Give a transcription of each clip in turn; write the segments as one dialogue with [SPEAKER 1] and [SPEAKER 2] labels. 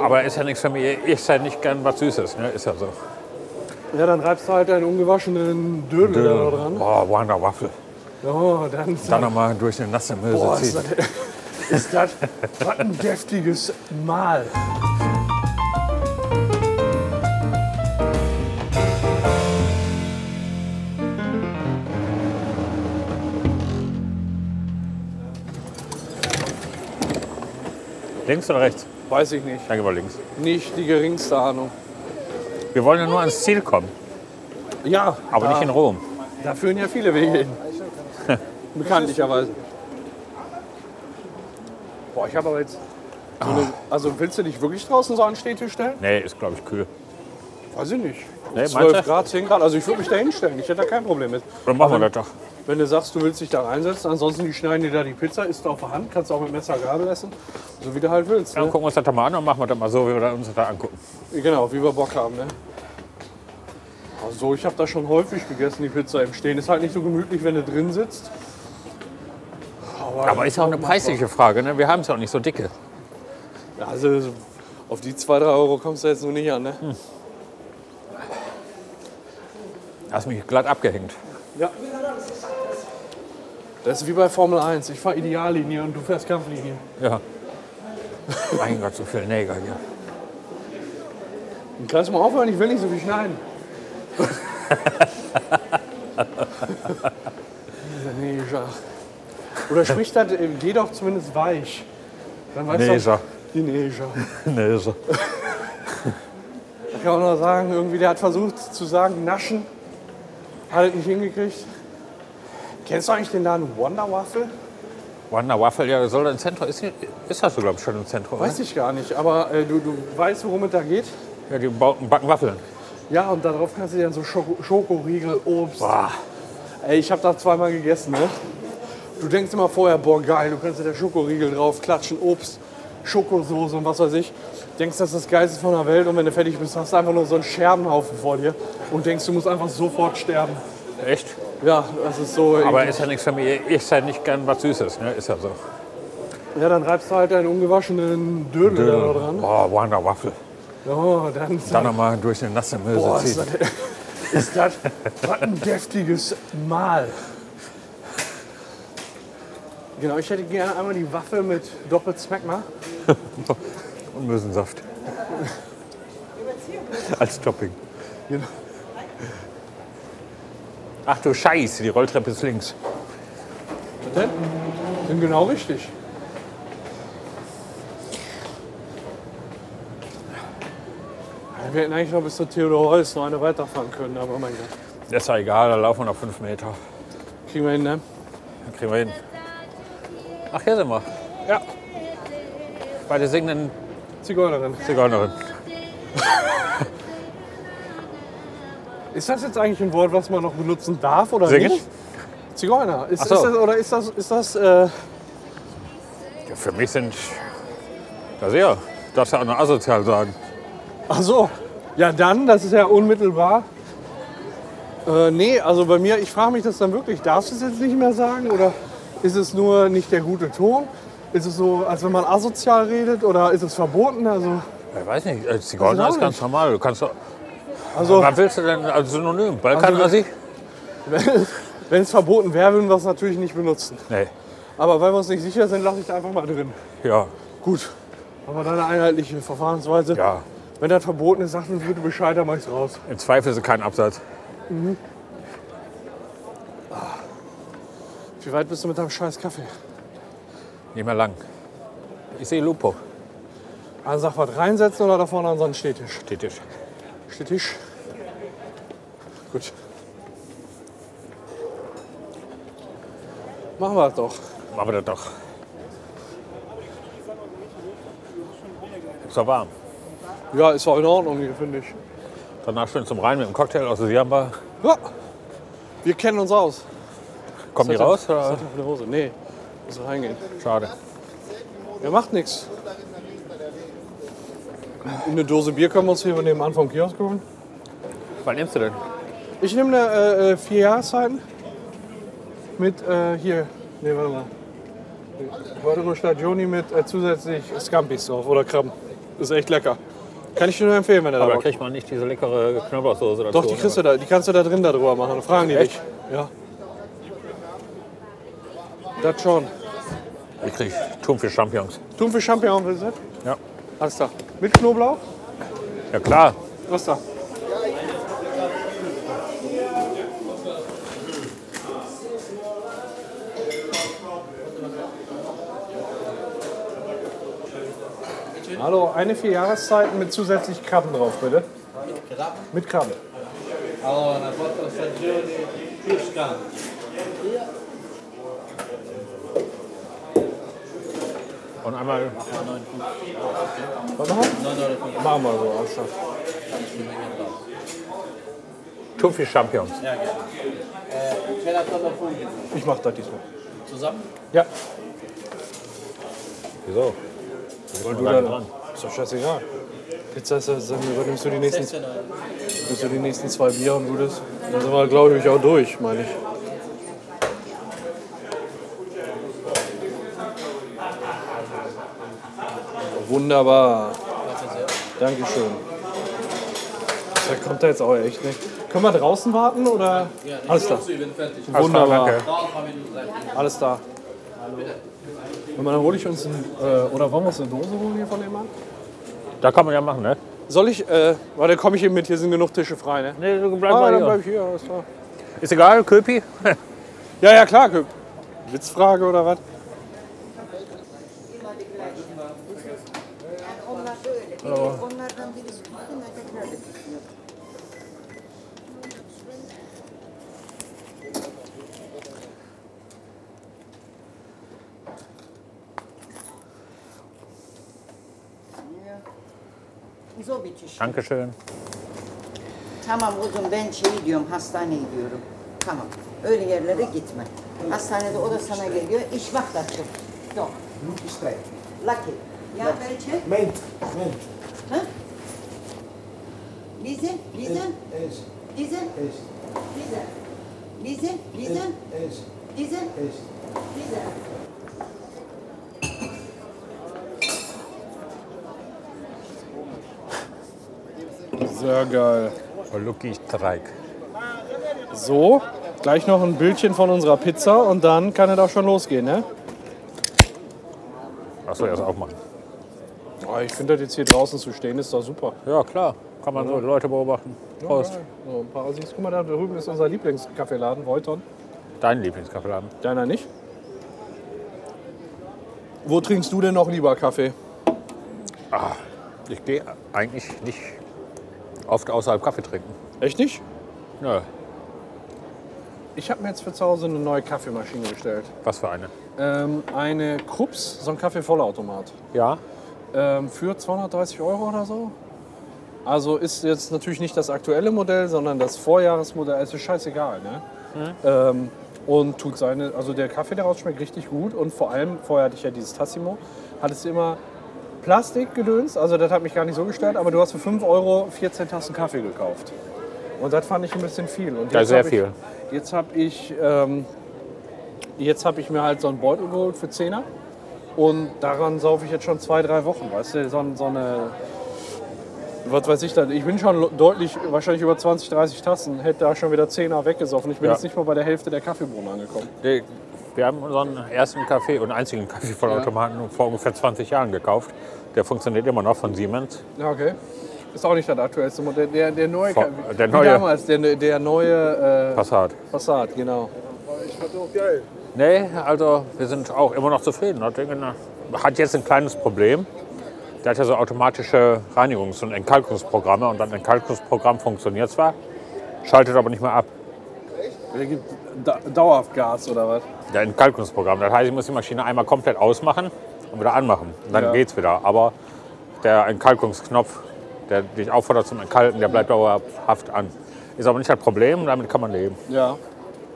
[SPEAKER 1] Aber ist ja nichts für mich. Ich esse halt nicht gern was Süßes, ne? Ist ja so.
[SPEAKER 2] Ja, dann reibst du halt einen ungewaschenen Dödel, da dran.
[SPEAKER 1] Boah, Wanderwaffel.
[SPEAKER 2] Ja, dann ist
[SPEAKER 1] Dann nochmal durch eine nasse Möse
[SPEAKER 2] Boah, ist
[SPEAKER 1] ziehen.
[SPEAKER 2] das, ist das was ein deftiges Mahl.
[SPEAKER 1] Links oder rechts?
[SPEAKER 2] Weiß ich nicht.
[SPEAKER 1] Dann gehen wir links.
[SPEAKER 2] Nicht die geringste Ahnung.
[SPEAKER 1] Wir wollen ja nur ans Ziel kommen,
[SPEAKER 2] Ja,
[SPEAKER 1] aber
[SPEAKER 2] da,
[SPEAKER 1] nicht in Rom.
[SPEAKER 2] Da führen ja viele Wege hin. Bekanntlicherweise. Boah, ich habe aber jetzt. So
[SPEAKER 1] Ah.
[SPEAKER 2] eine, also willst du dich wirklich draußen so an den Stehtisch stellen?
[SPEAKER 1] Nee, ist glaube ich kühl.
[SPEAKER 2] Weiß ich nicht.
[SPEAKER 1] Nee,
[SPEAKER 2] 12
[SPEAKER 1] meinst du?
[SPEAKER 2] Grad, 10 Grad. Also ich würde mich da hinstellen. Ich hätte da kein Problem mit.
[SPEAKER 1] Dann machen wir das doch.
[SPEAKER 2] Wenn du sagst, du willst dich da reinsetzen, ansonsten die schneiden dir da die Pizza, isst du auf der Hand, kannst du auch mit Messer Gabel essen, so wie du halt willst.
[SPEAKER 1] Dann
[SPEAKER 2] Ne?
[SPEAKER 1] gucken wir uns das doch mal an und machen wir das mal so, wie wir das uns das da angucken.
[SPEAKER 2] Genau, wie wir Bock haben. Ne? Also ich habe da schon häufig gegessen, die Pizza im Stehen. Ist halt nicht so gemütlich, wenn du drin sitzt.
[SPEAKER 1] Aber ist ja auch eine preisliche Frage, ne? Wir haben es ja auch nicht so dicke.
[SPEAKER 2] Also auf die 2, 3 Euro kommst du jetzt nur nicht an. Ne?
[SPEAKER 1] Hast mich glatt abgehängt.
[SPEAKER 2] Ja. Das ist wie bei Formel 1. Ich fahre Ideallinie und du fährst Kampflinie.
[SPEAKER 1] Ja. mein Gott, so viel Neger hier.
[SPEAKER 2] Dann kannst du mal aufhören, ich will nicht so viel schneiden. Dieser Neger. Oder sprich das, äh, geh doch zumindest weich. Dann weißt
[SPEAKER 1] Neger.
[SPEAKER 2] du. Die Neger.
[SPEAKER 1] Neger.
[SPEAKER 2] Ich kann auch noch sagen, irgendwie der hat versucht zu sagen, naschen. Hat es nicht hingekriegt. Kennst du eigentlich den Laden Wonder Waffle?
[SPEAKER 1] Wanda Waffel, ja, soll das im Zentrum. Ist, hier- ist das so, glaube ich, schon im Zentrum?
[SPEAKER 2] Weiß
[SPEAKER 1] Weißt
[SPEAKER 2] ich gar nicht, aber äh, du, du weißt, worum es da geht.
[SPEAKER 1] Ja, die bauten- backen Waffeln.
[SPEAKER 2] Ja, und darauf kannst du dir dann so Schoko Schokoriegel, Obst,
[SPEAKER 1] Boah.
[SPEAKER 2] Ey, ich habe da zweimal gegessen, ne? Du denkst immer vorher, boah geil, du kannst dir da Schokoriegel drauf klatschen, Obst, Schokosoße und was weiß ich. Denkst, das ist das Geilste von der Welt und wenn du fertig bist, hast du einfach nur so einen Scherbenhaufen vor dir und denkst, du musst einfach sofort sterben.
[SPEAKER 1] Echt?
[SPEAKER 2] Ja, das ist so.
[SPEAKER 1] Aber ist ja nichts für mich. Ich esse halt nicht gern was Süßes, ne? Ist ja so.
[SPEAKER 2] ja, dann reibst du halt einen ungewaschenen Dödel da dran.
[SPEAKER 1] Boah, Wanda Waffel.
[SPEAKER 2] Ja, dann
[SPEAKER 1] Dann nochmal durch eine nasse Möse
[SPEAKER 2] Boah, ist
[SPEAKER 1] ziehen.
[SPEAKER 2] das, ist das was ein deftiges Mahl. Genau, ich hätte gerne einmal die Waffel mit Doppelsmackma.
[SPEAKER 1] Und Mösensaft. Als Topping.
[SPEAKER 2] Genau.
[SPEAKER 1] Ach du Scheiße, die Rolltreppe ist links.
[SPEAKER 2] Denn? Sind genau richtig. Wir hätten eigentlich noch bis zur Theodor Holz noch eine weiterfahren können, aber mein Gott.
[SPEAKER 1] Ist ja egal, da laufen wir noch fünf Meter.
[SPEAKER 2] Kriegen wir hin, ne?
[SPEAKER 1] Dann kriegen wir hin. Ach, hier sind wir.
[SPEAKER 2] Ja,
[SPEAKER 1] Bei der singenden
[SPEAKER 2] Zigeunerin.
[SPEAKER 1] Zigeunerin.
[SPEAKER 2] Ist das jetzt eigentlich ein Wort, was man noch benutzen darf oder
[SPEAKER 1] Singen?
[SPEAKER 2] nicht? Zigeuner. Ist,
[SPEAKER 1] Ach so.
[SPEAKER 2] ist das, oder ist das, ist das äh,
[SPEAKER 1] Ja, für mich sind. Das ja. Darfst ja auch noch asozial sagen.
[SPEAKER 2] Ach so, ja dann, das ist ja unmittelbar. Äh, nee, also bei mir, ich frage mich das dann wirklich, darfst du es jetzt nicht mehr sagen oder ist es nur nicht der gute Ton? Ist es so, als wenn man asozial redet oder ist es verboten? Also,
[SPEAKER 1] Ich weiß nicht, als Zigeuner
[SPEAKER 2] Das
[SPEAKER 1] ist
[SPEAKER 2] ist auch
[SPEAKER 1] ganz normal. Du kannst doch-
[SPEAKER 2] also
[SPEAKER 1] Was willst du denn als Synonym? Balkanasi?
[SPEAKER 2] wenn es verboten wäre, würden wir es natürlich nicht benutzen.
[SPEAKER 1] Nee.
[SPEAKER 2] Aber weil wir uns nicht sicher sind, lasse ich es einfach mal drin.
[SPEAKER 1] Ja,
[SPEAKER 2] Gut, aber dann eine einheitliche Verfahrensweise.
[SPEAKER 1] ja.
[SPEAKER 2] Wenn das verboten ist, sagt uns bitte Bescheid, dann mach ich es raus.
[SPEAKER 1] Im Zweifel ist es kein Absatz.
[SPEAKER 2] Wie weit bist du mit deinem scheiß Kaffee?
[SPEAKER 1] Nicht mehr lang. Ich sehe Lupo.
[SPEAKER 2] Also sag was reinsetzen oder da vorne an so einen Stehtisch?
[SPEAKER 1] Stetisch.
[SPEAKER 2] Stetisch. Gut. Machen wir das doch.
[SPEAKER 1] Machen wir das doch. Ist doch warm.
[SPEAKER 2] Ja, ist auch in Ordnung hier, finde ich.
[SPEAKER 1] Danach schön zum Rhein mit einem Cocktail aus der Siamba.
[SPEAKER 2] Ja. Wir kennen uns aus.
[SPEAKER 1] Kommen die raus? Oder?
[SPEAKER 2] Auf eine Hose. Nee, muss reingehen.
[SPEAKER 1] Schade.
[SPEAKER 2] Er macht nichts. Eine Dose Bier können wir uns hier nebenan vom Kiosk holen.
[SPEAKER 1] Was nimmst du denn?
[SPEAKER 2] Ich nehme eine äh, äh, vier Jahreszeiten mit äh, hier. Nee, warte mal. Guadalajara Stagioni mit äh, zusätzlich Scampis drauf oder Krabben. Ist echt lecker. Kann ich dir nur empfehlen, wenn er da
[SPEAKER 1] Aber
[SPEAKER 2] Bock
[SPEAKER 1] kriegt man nicht diese leckere Knoblauchsoße dazu.
[SPEAKER 2] Doch, die kriegst du da, die kannst du da drin darüber machen. Dann fragen die
[SPEAKER 1] Echt?
[SPEAKER 2] dich. Ja. Das schon.
[SPEAKER 1] Ich krieg Thunfisch Champignons.
[SPEAKER 2] Thunfisch Champignon willst du?
[SPEAKER 1] Ja.
[SPEAKER 2] Alles da. Mit Knoblauch?
[SPEAKER 1] Ja klar.
[SPEAKER 2] Was da? Hallo, eine vier Jahreszeiten mit zusätzlich Krabben drauf, bitte. Mit Krabben? Mit Krabben.
[SPEAKER 3] Allora, quattro stagioni più scampi.
[SPEAKER 1] Und einmal
[SPEAKER 2] Was machen wir? Machen wir so, alles klar.
[SPEAKER 1] Thunfisch Champignons.
[SPEAKER 3] C'è la cosa funghi.
[SPEAKER 2] Ich mach das diesmal.
[SPEAKER 3] Zusammen?
[SPEAKER 2] Ja,
[SPEAKER 1] Wieso? Weil
[SPEAKER 2] du dann dran. Ist doch scheißegal. Pizza ist, dann übernimmst du die nächsten, nimmst du die nächsten zwei Bier und gutes. Dann sind wir, glaube ich, auch durch, meine ich. Wunderbar. Dankeschön. Da kommt er jetzt auch echt nicht. Können wir draußen warten oder? Alles klar.
[SPEAKER 3] Ich bin fertig.
[SPEAKER 2] Wunderbar.
[SPEAKER 1] danke.
[SPEAKER 3] Dauert ein paar Minuten. gleich.
[SPEAKER 2] Alles da. Und dann hole ich uns ein, äh, oder wollen wir uns eine Dose holen hier von dem Mann?
[SPEAKER 1] Da kann man ja machen, ne?
[SPEAKER 2] Soll ich, äh, warte, komm ich eben mit, hier sind genug Tische frei, ne?
[SPEAKER 1] Nee, du Äh, bleib
[SPEAKER 2] Ah,
[SPEAKER 1] mal
[SPEAKER 2] dann bleib
[SPEAKER 1] hier.
[SPEAKER 2] ich hier, alles klar.
[SPEAKER 1] Ist egal, Köpi?
[SPEAKER 2] Ja, ja, klar, Köp- Witzfrage oder was?
[SPEAKER 4] Onlar da öyle. Biri onlardan biri tutkun, ötekiler de tutkun. Zor bir çeşit.
[SPEAKER 1] Dankeschön.
[SPEAKER 4] Tamam kuzum ben şey diyorum hastaneye gidiyorum. Tamam öyle yerlere gitme. Hastanede o da sana geliyor. İş vakti açık. Yok.
[SPEAKER 5] Estranho.
[SPEAKER 4] Lucky. Ya Berçe.
[SPEAKER 5] Mente, mente.
[SPEAKER 4] Ha? Bizim, bizim,
[SPEAKER 5] É isso,
[SPEAKER 4] bizim,
[SPEAKER 5] é isso,
[SPEAKER 4] bizim. Bizim, bizim,
[SPEAKER 5] é isso,
[SPEAKER 4] bizim,
[SPEAKER 5] é isso.
[SPEAKER 4] bizim.
[SPEAKER 2] Sehr geil.
[SPEAKER 1] Oh, Lucky Streik.
[SPEAKER 2] So, gleich noch ein Bildchen von unserer Pizza und dann kann es auch schon losgehen, ne?
[SPEAKER 1] Achso, erst aufmachen.
[SPEAKER 2] Oh, ich finde das jetzt hier draußen zu stehen, ist doch super.
[SPEAKER 1] Ja, klar. Kann man so Leute beobachten. Prost.
[SPEAKER 2] So, ein paar Assis. Guck mal, da drüben ist unser Lieblingskaffeeladen, Volton.
[SPEAKER 1] Dein Lieblingskaffeeladen.
[SPEAKER 2] Deiner nicht? Wo trinkst du denn noch lieber Kaffee?
[SPEAKER 1] Ich gehe eigentlich nicht oft außerhalb Kaffee trinken.
[SPEAKER 2] Echt nicht?
[SPEAKER 1] Nö,
[SPEAKER 2] Ich habe mir jetzt für zu Hause eine neue Kaffeemaschine bestellt.
[SPEAKER 1] was für eine.
[SPEAKER 2] Ähm, eine Krups, so ein Kaffeevollautomat.
[SPEAKER 1] Ja,
[SPEAKER 2] Ähm, für 230 Euro oder so. Also ist jetzt natürlich nicht das aktuelle Modell, sondern das Vorjahresmodell. Es ist scheißegal, ne?
[SPEAKER 1] Mhm.
[SPEAKER 2] Ähm, und tut seine, also der Kaffee daraus schmeckt richtig gut und vor allem, vorher hatte ich ja dieses Tassimo, hattest du immer Plastikgedöns, also das hat mich gar nicht so gestört, aber du hast für 5 Euro 14 Tassen Kaffee gekauft. Und das fand ich ein bisschen viel. Und
[SPEAKER 1] Ja,
[SPEAKER 2] jetzt
[SPEAKER 1] sehr
[SPEAKER 2] hab
[SPEAKER 1] viel.
[SPEAKER 2] Ich, jetzt habe ich, ähm, jetzt hab ich mir halt so einen Beutel geholt für 10er. Und daran saufe ich jetzt schon zwei, drei Wochen, weißt du, so, ein- so eine, was weiß ich dann, ich bin schon lo- deutlich, wahrscheinlich über 20, 30 Tassen, hätte da schon wieder 10er weggesoffen. Ich bin
[SPEAKER 1] Ja.
[SPEAKER 2] jetzt nicht mal bei der Hälfte der Kaffeebohnen angekommen.
[SPEAKER 1] die, wir haben unseren ersten Kaffee und einzigen Kaffeevollautomaten vor ungefähr 20 Jahren gekauft. Der funktioniert immer noch von Siemens.
[SPEAKER 2] Ja, okay. Ist auch nicht das aktuellste Modell. Der, der neue,
[SPEAKER 1] Vor-
[SPEAKER 2] Kaffee-
[SPEAKER 1] der
[SPEAKER 2] wie
[SPEAKER 1] neue.
[SPEAKER 2] damals, der, der neue äh,
[SPEAKER 1] Passat.
[SPEAKER 2] Passat, genau.
[SPEAKER 1] Nee, also wir sind auch immer noch zufrieden. Hat irgendeine- Hat jetzt ein kleines Problem. Der hat ja so automatische Reinigungs- und Entkalkungsprogramme. Und ein Entkalkungsprogramm funktioniert zwar, schaltet aber nicht mehr ab.
[SPEAKER 2] Der gibt da, dauerhaft Gas oder was?
[SPEAKER 1] Der Entkalkungsprogramm. Das heißt, ich muss die Maschine einmal komplett ausmachen und wieder anmachen. Dann
[SPEAKER 2] Ja.
[SPEAKER 1] geht's wieder. Aber der Entkalkungsknopf, der dich auffordert zum Entkalken, der bleibt dauerhaft an. Ist aber nicht das Problem, damit kann man leben.
[SPEAKER 2] Ja.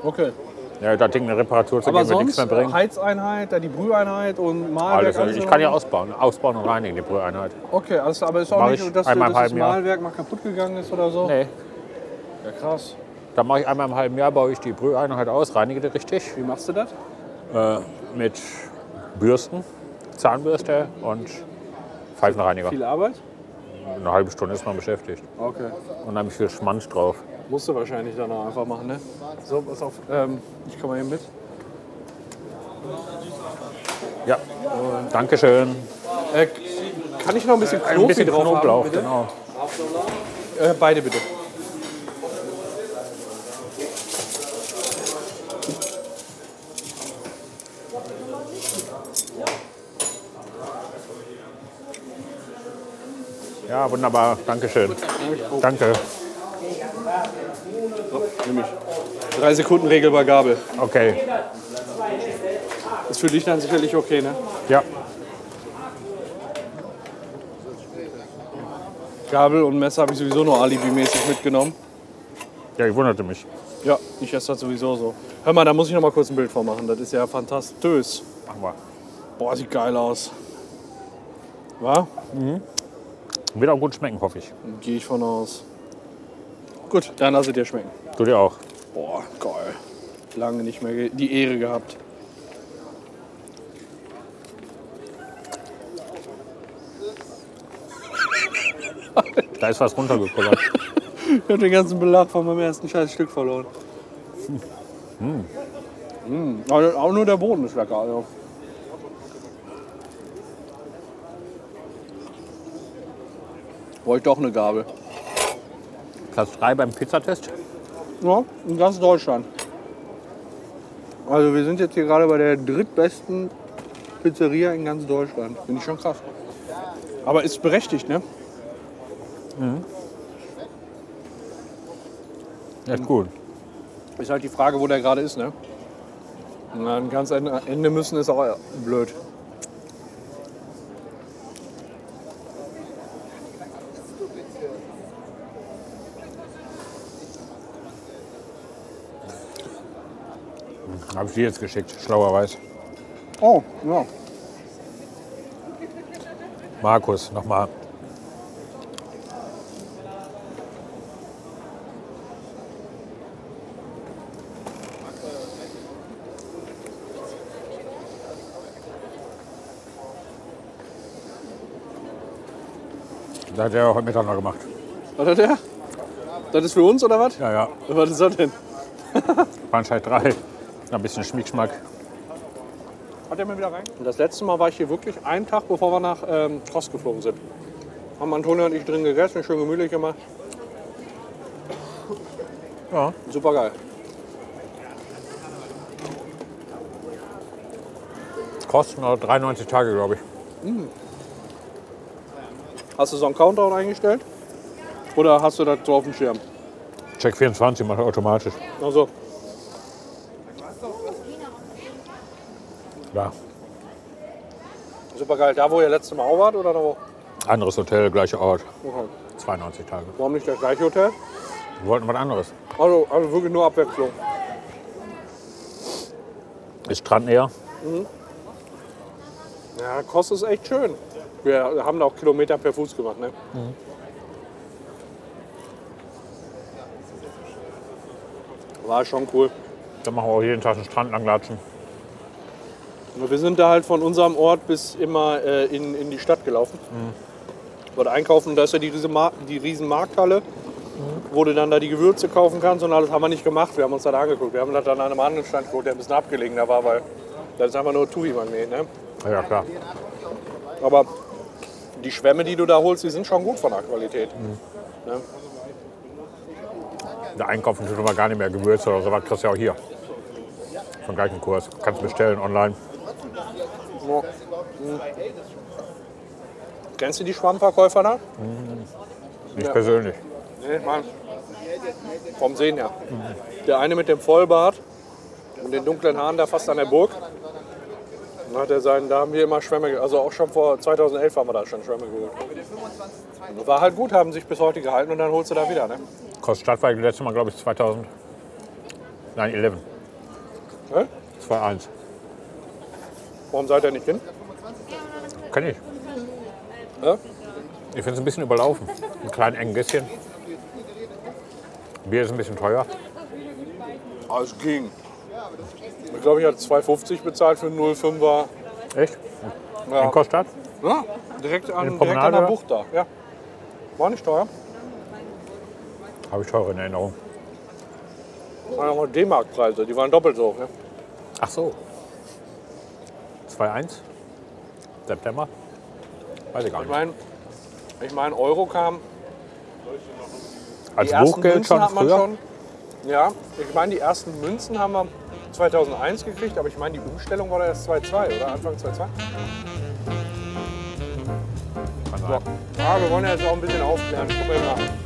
[SPEAKER 2] Okay.
[SPEAKER 1] Ja, da Ding eine Reparatur zu
[SPEAKER 2] Aber
[SPEAKER 1] geben, wird nichts
[SPEAKER 2] sonst
[SPEAKER 1] mehr bringen.
[SPEAKER 2] Heizeinheit, dann die Brüheinheit und Mahlwerk.
[SPEAKER 1] Alles, Also
[SPEAKER 2] alles
[SPEAKER 1] ich
[SPEAKER 2] in
[SPEAKER 1] kann ja
[SPEAKER 2] Ordnung?
[SPEAKER 1] ausbauen, ausbauen und reinigen, die Brüheinheit.
[SPEAKER 2] Okay, alles klar, aber ist auch
[SPEAKER 1] Mach ich
[SPEAKER 2] nicht, dass, du-
[SPEAKER 1] einmal
[SPEAKER 2] dass
[SPEAKER 1] im
[SPEAKER 2] das
[SPEAKER 1] halben Jahr.
[SPEAKER 2] Mahlwerk mal kaputt gegangen ist oder so?
[SPEAKER 1] Nee,
[SPEAKER 2] Ja, krass.
[SPEAKER 1] da mache ich einmal im halben Jahr, baue ich die Brüheinheit aus, reinige die richtig
[SPEAKER 2] Wie machst du das?
[SPEAKER 1] äh, mit Bürsten, Zahnbürste und Pfeifenreiniger.
[SPEAKER 2] Viel Arbeit?
[SPEAKER 1] Eine halbe Stunde ist man beschäftigt.
[SPEAKER 2] Okay.
[SPEAKER 1] Unheimlich viel Schmanz drauf.
[SPEAKER 2] Musst du wahrscheinlich dann auch einfach machen, ne? So, pass auf. Ähm, ich komme eben mit.
[SPEAKER 1] Ja, Dankeschön.
[SPEAKER 2] Äh, kann ich noch ein bisschen Knoblauch
[SPEAKER 1] Äh, Ein bisschen
[SPEAKER 2] drauf
[SPEAKER 1] Knoblauch,
[SPEAKER 2] haben, bitte?
[SPEAKER 1] genau.
[SPEAKER 2] Äh, beide bitte.
[SPEAKER 1] Ja, wunderbar. Dankeschön. Danke.
[SPEAKER 2] Nimm ich. Drei Sekunden Regel bei Gabel.
[SPEAKER 1] Okay.
[SPEAKER 2] Ist für dich dann sicherlich okay, ne?
[SPEAKER 1] Ja,
[SPEAKER 2] Gabel und Messer habe ich sowieso nur alibimäßig mitgenommen.
[SPEAKER 1] ja ich wunderte mich.
[SPEAKER 2] Ja, ich esse das sowieso so. Hör mal, da muss ich noch mal kurz ein Bild von machen. Das ist ja fantastisch.
[SPEAKER 1] Machen wir.
[SPEAKER 2] Boah, sieht geil aus. War?
[SPEAKER 1] Wird auch gut schmecken, hoffe ich.
[SPEAKER 2] Gehe ich von aus. Gut, dann lass es dir schmecken.
[SPEAKER 1] Du dir auch.
[SPEAKER 2] Boah, geil. Lange nicht mehr ge- die Ehre gehabt.
[SPEAKER 1] Da ist was runtergekullert.
[SPEAKER 2] Ich habe den ganzen Belag von meinem ersten scheiß Stück verloren. Mm. Aber Auch nur der Boden ist lecker. Also. Wollte doch eine Gabel.
[SPEAKER 1] Platz 3 beim Pizzatest.
[SPEAKER 2] Ja, in ganz Deutschland. Also wir sind jetzt hier gerade bei der drittbesten Pizzeria in ganz Deutschland. Finde ich schon krass. Aber ist berechtigt, ne?
[SPEAKER 1] Echt gut.
[SPEAKER 2] Ist halt die Frage, wo der gerade ist, ne? Na, ein ganz Ende Ende müssen ist auch äh, blöd.
[SPEAKER 1] Habe ich dir jetzt geschickt, schlauerweise.
[SPEAKER 2] Oh, ja.
[SPEAKER 1] Markus, nochmal. Das hat er auch heute Mittag noch gemacht.
[SPEAKER 2] Was hat der? Das ist für uns oder was?
[SPEAKER 1] Ja, ja.
[SPEAKER 2] Was ist das denn?
[SPEAKER 1] Bahnsteig 3. Ein bisschen Schmickschmack.
[SPEAKER 2] Hat der mir wieder rein? Das letzte Mal war ich hier wirklich einen Tag, bevor wir nach ähm, Trost geflogen sind. Haben Antonio und ich drin gegessen, schön gemütlich gemacht.
[SPEAKER 1] Ja.
[SPEAKER 2] Super geil.
[SPEAKER 1] Kosten noch 93 Tage, glaube ich.
[SPEAKER 2] Hast du so einen Countdown eingestellt? Oder hast du das so auf dem Schirm?
[SPEAKER 1] Check 24 macht er automatisch.
[SPEAKER 2] Also,
[SPEAKER 1] Ja.
[SPEAKER 2] super geil. Da, wo ihr letztes Mal auch wart oder da wo?
[SPEAKER 1] Anderes Hotel, gleicher Ort.
[SPEAKER 2] Okay.
[SPEAKER 1] 92 Tage.
[SPEAKER 2] Warum nicht das gleiche Hotel?
[SPEAKER 1] Wir wollten was anderes.
[SPEAKER 2] Also, also wirklich nur Abwechslung.
[SPEAKER 1] Ist strandnäher.
[SPEAKER 2] Ja, Kost ist echt schön. Wir haben da auch Kilometer per Fuß gemacht, ne? War schon cool.
[SPEAKER 1] Dann machen wir auch jeden Tag einen Strand langlatschen.
[SPEAKER 2] Wir sind da halt von unserem Ort bis immer äh, in, in die Stadt gelaufen. Dort einkaufen, da ist ja die, riesen Mar- die riesen Markthalle, wo du dann da die Gewürze kaufen kannst und alles haben wir nicht gemacht. Wir haben uns das angeguckt. Wir haben das dann an einem anderen Stand geholt, der ein bisschen abgelegener war, weil das ist einfach nur Touri-Magnet. Ne?
[SPEAKER 1] Ja, klar.
[SPEAKER 2] Aber die Schwämme, die du da holst, die sind schon gut von der Qualität.
[SPEAKER 1] Der Einkaufen tut immer gar nicht mehr Gewürze oder sowas. Kriegst du ja auch hier. Vom gleichen Kurs. Kannst bestellen online.
[SPEAKER 2] Ja. Mhm. Kennst du die Schwammverkäufer da?
[SPEAKER 1] Ich
[SPEAKER 2] Ja.
[SPEAKER 1] persönlich.
[SPEAKER 2] Nee, Mann. Vom Sehen her. Der eine mit dem Vollbart und den dunklen Haaren da fast an der Burg. Dann hat er seinen, da haben wir immer Schwämme, ge- also auch schon vor 2011 haben wir da schon Schwämme geholt. War halt gut, haben sich bis heute gehalten und dann holst du da wieder, ne?
[SPEAKER 1] Kostet stadtweit letztes Mal, glaube ich, 2000. Nein, 11.
[SPEAKER 2] Hä?
[SPEAKER 1] 2-1.
[SPEAKER 2] Warum seid ihr nicht hin?
[SPEAKER 1] Kenn ich.
[SPEAKER 2] Ja?
[SPEAKER 1] Ich finde es ein bisschen überlaufen. Ein kleinen engen Gässchen. Bier ist ein bisschen teuer.
[SPEAKER 2] Ah, es ging. Ich glaube, ich hatte 2,50 bezahlt für einen 0,5er.
[SPEAKER 1] Echt?
[SPEAKER 2] Ja.
[SPEAKER 1] In Koststadt?
[SPEAKER 2] Ja, direkt an,
[SPEAKER 1] Eine
[SPEAKER 2] direkt an der
[SPEAKER 1] Promenade?
[SPEAKER 2] Bucht da. Ja. War nicht teuer.
[SPEAKER 1] Habe ich teure in Erinnerung.
[SPEAKER 2] Waren auch mal D-Mark-Preise, die waren doppelt so hoch. Ne?
[SPEAKER 1] Ach so. 2-1. September. Weiß ich gar
[SPEAKER 2] Ich
[SPEAKER 1] nicht.
[SPEAKER 2] meine, ich mein, Euro kam.
[SPEAKER 1] Als
[SPEAKER 2] ersten
[SPEAKER 1] Buchgeld
[SPEAKER 2] Münzen
[SPEAKER 1] schon
[SPEAKER 2] hat man
[SPEAKER 1] früher.
[SPEAKER 2] schon- Ja, ich meine, die ersten Münzen haben wir 2001 gekriegt, aber ich meine, die Umstellung war da erst 2002, oder? Anfang 2002?
[SPEAKER 1] Kann
[SPEAKER 2] So.
[SPEAKER 1] sein.
[SPEAKER 2] Ja, wir wollen ja jetzt auch ein bisschen aufklären. Guck mal,